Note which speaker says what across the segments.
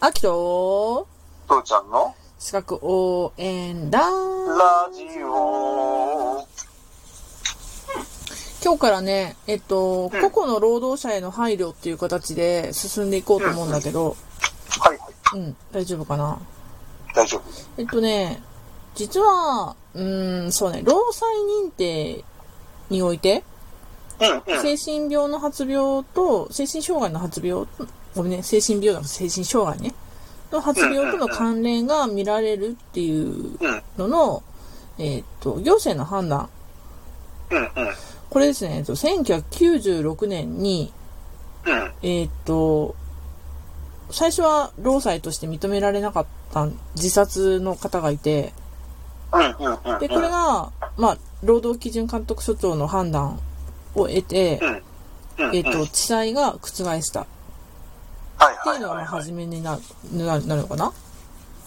Speaker 1: 秋と
Speaker 2: 父ちゃんの
Speaker 1: 資格応援団
Speaker 2: ラジオ。
Speaker 1: 今日からね、えっと、
Speaker 2: うん
Speaker 1: 個々の労働者への配慮っていう形で進んでいこうと思うんだけど、
Speaker 2: はい、
Speaker 1: うん、大丈夫かな。
Speaker 2: 大丈夫。
Speaker 1: えっとね、実は、うーん、そうね、労災認定において、
Speaker 2: うん、うん。
Speaker 1: 精神病の発病と、精神障害の発病、うんごめんね、精神病だから精神障害ね、の発病との関連が見られるっていう
Speaker 2: うん、
Speaker 1: のの、えっと、行政の判断。
Speaker 2: うん、うん。
Speaker 1: これですね、えっと、1996年に、
Speaker 2: うん、
Speaker 1: えーっと、最初は労災として認められなかった自殺の方がいて、
Speaker 2: うん、うん、うん。
Speaker 1: で、これが、まあ、労働基準監督署長の判断を得て
Speaker 2: う、ん、うん、うん。
Speaker 1: えーっと、地裁が覆したっ
Speaker 2: はい、
Speaker 1: ていう
Speaker 2: はい、
Speaker 1: のがまあ
Speaker 2: は。
Speaker 1: 初めになるななるのかな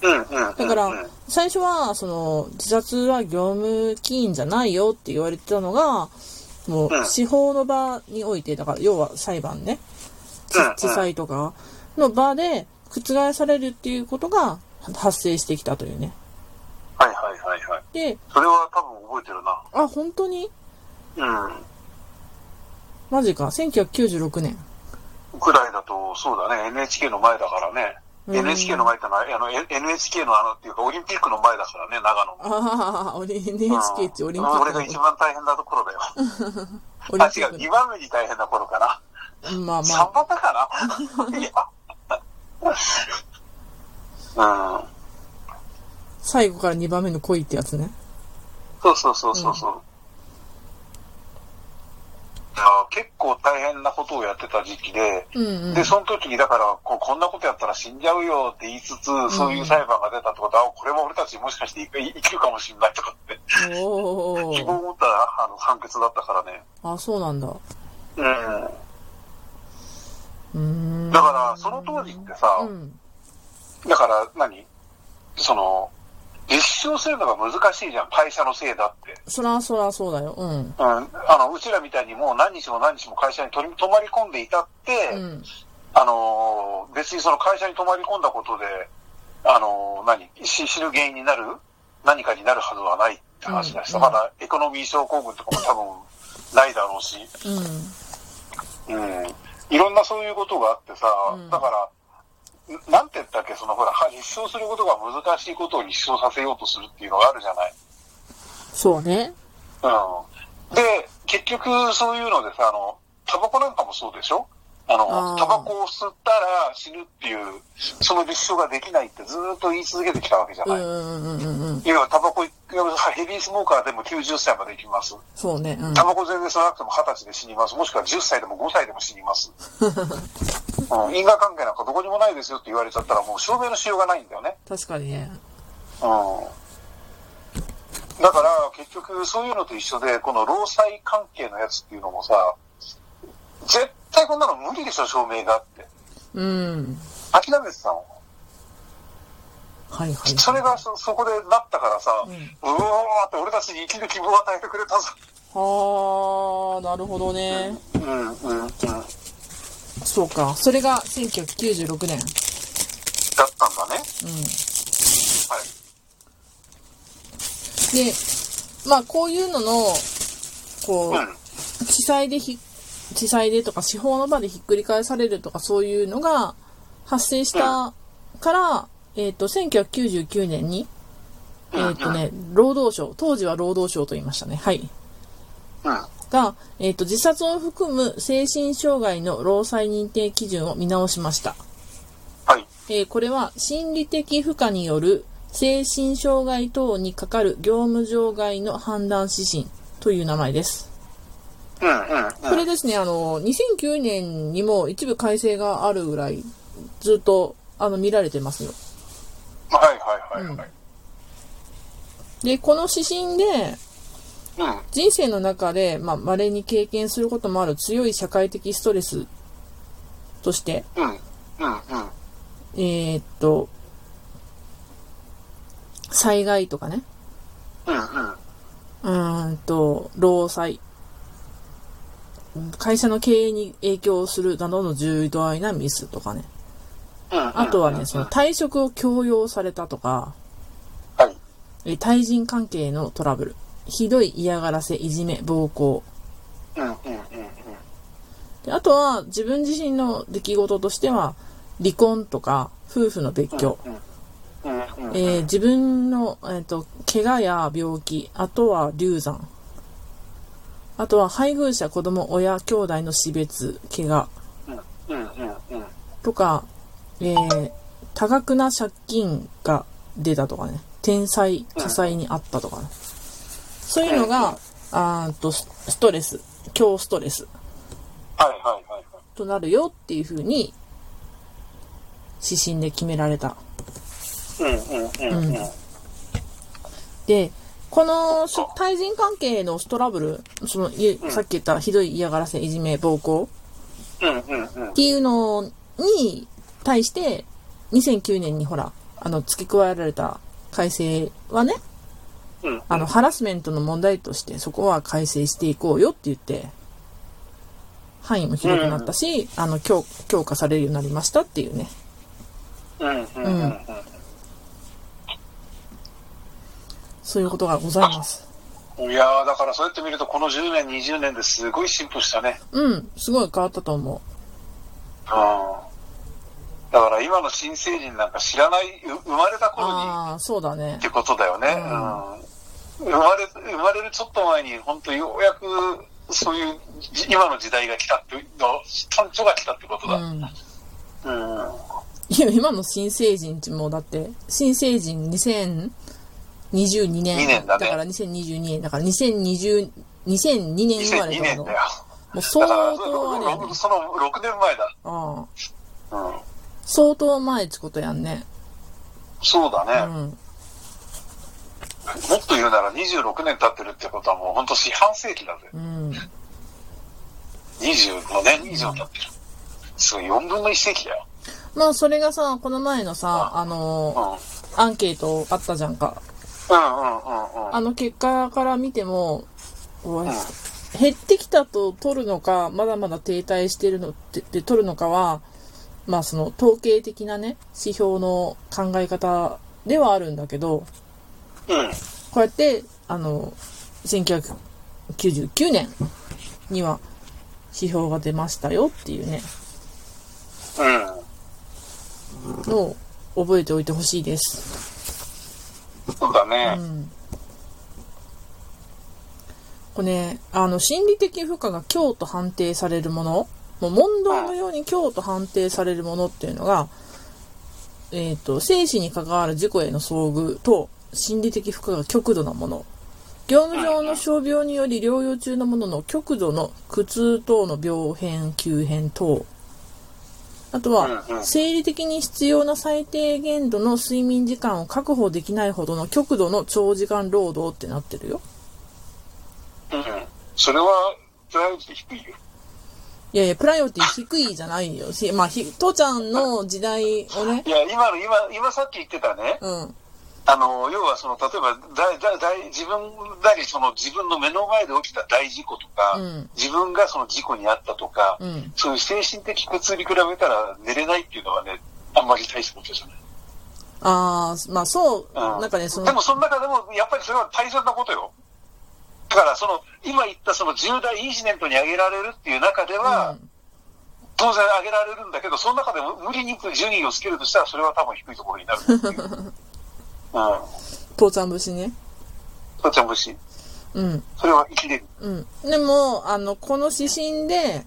Speaker 1: い
Speaker 2: うん、う
Speaker 1: だ
Speaker 2: ん。
Speaker 1: から、最初は、その、自殺は業務起因じゃないよって言われてたのが、もう
Speaker 2: う、ん
Speaker 1: 司法の場において、だから、要は裁判ね、ち
Speaker 2: うんうん
Speaker 1: 地裁とかの場で覆されるっていうことが発生してきたというね。
Speaker 2: はい、はい、はい、はい。
Speaker 1: で、
Speaker 2: それは多分覚えてる
Speaker 1: あ、本当に
Speaker 2: な。
Speaker 1: マジか、1996年。
Speaker 2: うん。くらいだと、そうだね、NHK の前だからね。
Speaker 1: うん
Speaker 2: NHK の前ってのは、あの、え NHK のあのっていうか、オリンピックの前だからね、長野も。
Speaker 1: ああ、俺 NHK ってオリンピ
Speaker 2: うん俺が
Speaker 1: ック
Speaker 2: 一
Speaker 1: の、
Speaker 2: 番大変なところだよ。
Speaker 1: オリ
Speaker 2: あ、
Speaker 1: ンピ
Speaker 2: 違
Speaker 1: ッ
Speaker 2: う、
Speaker 1: ク
Speaker 2: 2番目に大変な頃かな。
Speaker 1: の。まあま
Speaker 2: 三
Speaker 1: あ、
Speaker 2: 番だか ないや。うん。
Speaker 1: 最後から2番目の恋ってやつね。
Speaker 2: そうそうそうそうそう。いや結構大変なことをやってた時期で、
Speaker 1: うんうん
Speaker 2: で、。その時に、だからこう、こんなことやったら死んじゃうよって言いつつ、そういう裁判が出たってことは、あこれは俺たちもしかして生き生きるかもしれないとかって、
Speaker 1: お
Speaker 2: 希望
Speaker 1: ー。
Speaker 2: を持ったあの判決だったからね。
Speaker 1: あ、そうなんだ。う
Speaker 2: うん。
Speaker 1: ーん。
Speaker 2: だから、その当時ってさ、
Speaker 1: うん。
Speaker 2: だから何その、実証するのが難しいじゃん、会社のせいだって。
Speaker 1: そらそらそうだよ。うん。
Speaker 2: うん、あのうちらみたいにもう何日も何日も会社に取り泊まり込んでいたって、
Speaker 1: うん。
Speaker 2: あのー別にその会社に泊まり込んだことで、あのー何し死ぬ原因になる何かになるはずはないって話だし、
Speaker 1: うん
Speaker 2: まだエコノミー症候群とかも多分ないだろうし、
Speaker 1: うん。
Speaker 2: うん、いろんなそういうことがあってさ、
Speaker 1: うん
Speaker 2: だから、んなんて言ったっけ、そのほら、は立証することが難しいことを立証させようとするっていうのがあるじゃない。
Speaker 1: そうね。
Speaker 2: うんで、結局そういうのでさ、あの、タバコなんかもそうでしょあ
Speaker 1: あ
Speaker 2: の、
Speaker 1: ー
Speaker 2: タバコを吸ったら死ぬっていう、その立証ができないってずーっと言い続けてきたわけじゃ
Speaker 1: う
Speaker 2: ない。
Speaker 1: んうんうんうんうん。
Speaker 2: 要はタバコ、ヘビースモーカーでも90歳まで行きます。
Speaker 1: そうね。うん。
Speaker 2: タバコ全然吸わなくても20歳で死にます。もしくは10歳でも5歳でも死に ます。うん、因果関係なんかどこにもないですよって言われちゃったらもう証明のしようがないんだよね。
Speaker 1: 確かにね。
Speaker 2: うんだから結局そういうのと一緒でこの労災関係のやつっていうのもさ絶対こんなの無理でしょ証明があって
Speaker 1: うん。
Speaker 2: 諦めてたの
Speaker 1: はいはい。
Speaker 2: それがそそこでなったからさ、
Speaker 1: う
Speaker 2: うんおーって俺たちに生きる希望を与えてくれたぞ
Speaker 1: はあ、なるほどね。
Speaker 2: うんうんうんだったん
Speaker 1: そうか。それが1996年。うん。
Speaker 2: だねはい
Speaker 1: で、まあこういうのの、こ
Speaker 2: うん
Speaker 1: う、地裁でひ、地裁でとか司法の場でひっくり返されるとかそういうのが発生したから、えっ、と、1999年に、えっ、とね、労働省、当時は労働省と言いましたね。はい。
Speaker 2: うん
Speaker 1: が、えっと自殺を含む精神障害の労災認定基準を見直しました、
Speaker 2: はい
Speaker 1: えーこれは心理的負荷による精神障害等にかかる業務障害の判断指針という名前です
Speaker 2: うん
Speaker 1: こ
Speaker 2: うんうん
Speaker 1: れですねあの2009年にも一部改正があるぐらいずっとあの見られてますよ
Speaker 2: はいはいはいはい
Speaker 1: でこの指針で
Speaker 2: うん
Speaker 1: 人生の中でまあ、稀に経験することもある強い社会的ストレスとして
Speaker 2: うんうんうん
Speaker 1: えーっと、災害とかね、
Speaker 2: うんうん
Speaker 1: うーんと、労災、会社の経営に影響するなどの重大なミスとかね、あ
Speaker 2: あ
Speaker 1: とはね、その退職を強要されたとか、
Speaker 2: はい。
Speaker 1: え対人関係のトラブル、ひどい嫌がらせ、いじめ、暴行。
Speaker 2: うんうんうんうん。
Speaker 1: であとは、自分自身の出来事としては、離婚とか、夫婦の別居、
Speaker 2: うんうんうん。
Speaker 1: えー自分の、えー、と怪我や病気、あとは流産、あとは配偶者、子供、親、兄弟の死別、怪我
Speaker 2: うんうんうんうん。
Speaker 1: とか、えー多額な借金が出たとかね、天災、火災にあったとかね。そういうのが、あーっとスストレス、強ストレス
Speaker 2: はいはいはいはい。
Speaker 1: となるよっていうふうに、指針で決められた。
Speaker 2: うんうんうんうん。
Speaker 1: で、このし対人関係のトラブル、その、いさっき言ったひどい嫌がらせ、いじめ、暴行
Speaker 2: うんうんうん
Speaker 1: っ。ていうのに対して、2009年にほら、あの、付け加えられた改正はね、
Speaker 2: うん
Speaker 1: あの、ハラスメントの問題として、そこは改正していこうよって言って、範囲も広くなったし、あの、強強化されるようになりましたっていうね。
Speaker 2: うんうんうんうん。
Speaker 1: そういうことがございます。
Speaker 2: いやー、だからそうやって見ると、この10年、20年ですごい進歩したね。
Speaker 1: うん、すごい変わったと思
Speaker 2: うん。だから今の新成人なんか知らない、う生まれた
Speaker 1: う。
Speaker 2: 頃に
Speaker 1: ああ、そうだね
Speaker 2: っ。てことだよね。うん。生まれ、生まれるちょっと前に、本当ようやく、そういう、じ今の時代が来たっていうの、単調が来たってことだ。
Speaker 1: う
Speaker 2: うん。
Speaker 1: ん。
Speaker 2: うん。
Speaker 1: いや、今の新成人ってもうだって、新成人2022年。
Speaker 2: 二年だね
Speaker 1: から2022年。だから2020、2002年生まれとか
Speaker 2: 2002年
Speaker 1: の。も
Speaker 2: だよ。
Speaker 1: う相
Speaker 2: だから、
Speaker 1: 当
Speaker 2: そ
Speaker 1: あれやね
Speaker 2: の。その6年前だ。
Speaker 1: ああ
Speaker 2: うん。
Speaker 1: 相当前ってことやんね。
Speaker 2: そう
Speaker 1: う
Speaker 2: だね。
Speaker 1: ん。
Speaker 2: もっと言うなら26年経ってるってことはもう本当四半世紀だぜ。
Speaker 1: うん。
Speaker 2: 25年以上経ってる。すごい、4分の1世紀だよ。
Speaker 1: まあ、それがさ、この前のさ、あ
Speaker 2: うん。
Speaker 1: の
Speaker 2: うん
Speaker 1: ー、アンケートあったじゃんか。
Speaker 2: うんうんうん。
Speaker 1: あの結果から見ても、こう減ってきたと取るのか、まだまだ停滞してるのってで取るのかは、まあその統計的なね、指標の考え方ではあるんだけど、
Speaker 2: うん。
Speaker 1: こうやって、あの、1999年には指標が出ましたよっていうね、
Speaker 2: うん。
Speaker 1: のを覚えておいてほしいです。
Speaker 2: そうだ
Speaker 1: う
Speaker 2: ね。
Speaker 1: ん。これね、あの、心理的負荷が強と判定されるもの、もう問答のように強と判定されるものっていうのが、えっ、と、生死に関わる事故への遭遇と、心理的負荷が極度なもの。業務上の傷病により療養中のものの極度の苦痛等の病変、急変等。あとは
Speaker 2: うんう、ん
Speaker 1: 生理的に必要な最低限度の睡眠時間を確保できないほどの極度の長時間労働ってなってるよ。
Speaker 2: うん。それは、プライオリティ低いよ。
Speaker 1: いやいや、プライオリティ低いじゃないよ。しまあ、ひ、父ちゃんの時代をね
Speaker 2: い、や、今の、今、今さっき言ってたね、
Speaker 1: うん、
Speaker 2: あの、要はその、例えば、大、大、大、自分なり、その、自分の目の前で起きた大事故とか、
Speaker 1: うん
Speaker 2: 自分がその事故に遭ったとか、
Speaker 1: うん
Speaker 2: そういう精神的苦痛に比べたら寝れないっていうのはね、あんまり大したことじゃない。
Speaker 1: ああ、まあそう、
Speaker 2: うん
Speaker 1: なんかね、その
Speaker 2: で、も、その中でも、やっぱりそれは大切なことよ。だから、その、今言ったその重大インシデントに挙げられるっていう中では、
Speaker 1: うん
Speaker 2: 当然挙げられるんだけど、その中でも無理に順位をつけるとしたら、それは多分低いところになるっていう。 うん。
Speaker 1: 父ちゃん節ね。
Speaker 2: とっちゃん節。
Speaker 1: うん。
Speaker 2: それは生きれる。
Speaker 1: うん。でも、あの、この指針で、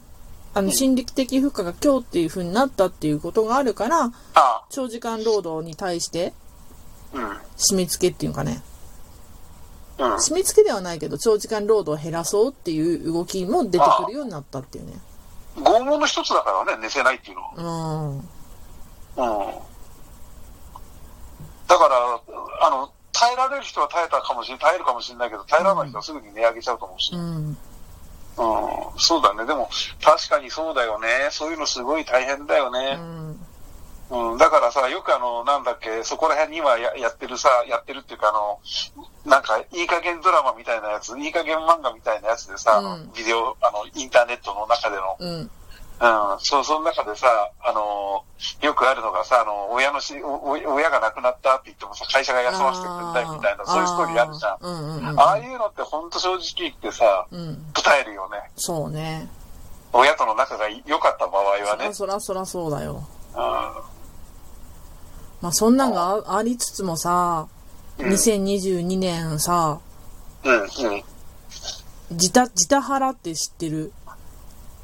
Speaker 1: あの、心理的負荷が強っていう風になったっていうことがあるから、
Speaker 2: ああ、
Speaker 1: 長時間労働に対して、
Speaker 2: うん。うん。
Speaker 1: 締め付けっていうかね、
Speaker 2: うん。
Speaker 1: 締め付けではないけど、長時間労働を減らそうっていう動きも出てくるようになったっていうね。
Speaker 2: 拷問の一つだからね、寝せないっていうの
Speaker 1: うん。
Speaker 2: は。うん。だから、あの、耐えられる人は耐えたかもしれ、耐えるかもしれないけど、耐えられない人はすぐに値上げちゃうと思うし。
Speaker 1: う
Speaker 2: うん。
Speaker 1: ん。
Speaker 2: そうだね。でも、確かにそうだよね。そういうのすごい大変だよね。
Speaker 1: うん。
Speaker 2: うん、だからさ、よくあの、なんだっけ、そこら辺に今ややってるさ、やってるっていうかあの、なんか、いい加減ドラマみたいなやつ、いい加減漫画みたいなやつでさ、あ
Speaker 1: う
Speaker 2: の
Speaker 1: ん
Speaker 2: ビデオ、あの、インターネットの中での、
Speaker 1: うん。
Speaker 2: うん、そう、その中でさ、あのーよくあるのがさ、あの、親のし、おお親が亡くなったって言ってもさ、会社が休ませてくれないみたいな、そういうストーリーあるじゃん。
Speaker 1: うんうんうん。
Speaker 2: ああいうのってほんと正直言ってさ、
Speaker 1: うん。
Speaker 2: 答えるよね。
Speaker 1: そうね。
Speaker 2: 親との仲が良かった場合はね。
Speaker 1: そらそらそうだよ。
Speaker 2: う
Speaker 1: まあそんなんがあありつつもさ、
Speaker 2: ん。
Speaker 1: 2022年さ、
Speaker 2: うん、うん。
Speaker 1: 自他、自他腹って知ってる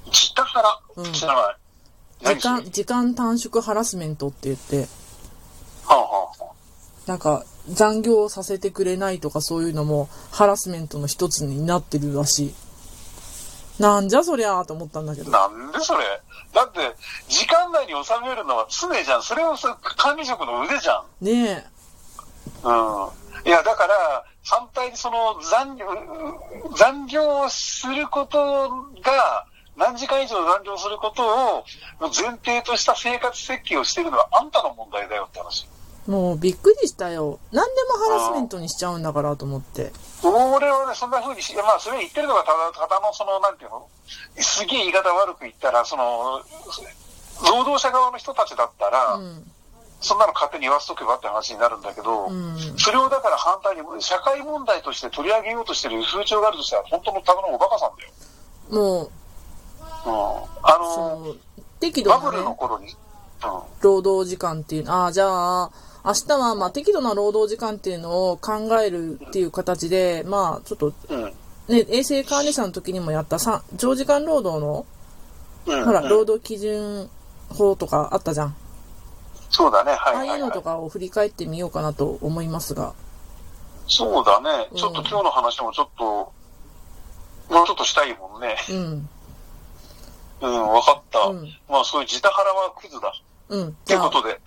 Speaker 2: 自他腹、
Speaker 1: うん
Speaker 2: 知らない。
Speaker 1: 時
Speaker 2: 何それ
Speaker 1: 間、時間短縮ハラスメントって言って、
Speaker 2: はあはあはあ
Speaker 1: なんか残業させてくれないとかそういうのもハラスメントの一つになってるらしい。なんじゃそりゃーと思ったんだけど。
Speaker 2: なんでそれだって、時間内に収めるのは常じゃん。それをさ管理職の腕じゃん。
Speaker 1: ね
Speaker 2: うん。いや、だから、反対にその残業、残業をすることが、何時間以上残業することを前提とした生活設計をしてるのはあんたの問題だよって話。
Speaker 1: え、もうびっくりしたよ。何でもハラスメントにしちゃうんだからと思って。
Speaker 2: 俺はね、そんな風にし、いやまあ、それ言ってるのがただ、ただのその、なんていうのすげえ言い方悪く言ったら、その、労働者側の人たちだったら、
Speaker 1: うん。
Speaker 2: そんなの勝手に言わせとけばって話になるんだけど、
Speaker 1: うん
Speaker 2: それをだから反対に、社会問題として取り上げようとしてる風潮があるとしたら、本当のただのおバカさんだよ。
Speaker 1: もう、
Speaker 2: うん。あの、
Speaker 1: その、適
Speaker 2: バ
Speaker 1: 度
Speaker 2: ブル
Speaker 1: な
Speaker 2: の
Speaker 1: ね、
Speaker 2: 頃に、うん。
Speaker 1: 労働時間っていう、ああ、じゃあ、明日はまあ適度な労働時間っていうのを考えるっていう形で、まあちょっと
Speaker 2: うん。
Speaker 1: ね、衛生管理者の時にもやったさ長時間労働の、
Speaker 2: うん。
Speaker 1: ほら、
Speaker 2: うん
Speaker 1: 労働基準法とかあったじゃん。
Speaker 2: そうだね、はい
Speaker 1: ああ
Speaker 2: はいいうは
Speaker 1: の
Speaker 2: い
Speaker 1: と。かを振り返ってみようかなと思いますが。
Speaker 2: そうだね、ちょっと
Speaker 1: うん
Speaker 2: 今日の話もちょっと、もうちょっとしたいもんね。
Speaker 1: うん。
Speaker 2: うん、わかった。
Speaker 1: うん
Speaker 2: まあ、そういう自他腹はクズだ。
Speaker 1: うん。
Speaker 2: と
Speaker 1: じ
Speaker 2: いう
Speaker 1: ゃ
Speaker 2: こ
Speaker 1: あ、
Speaker 2: とで。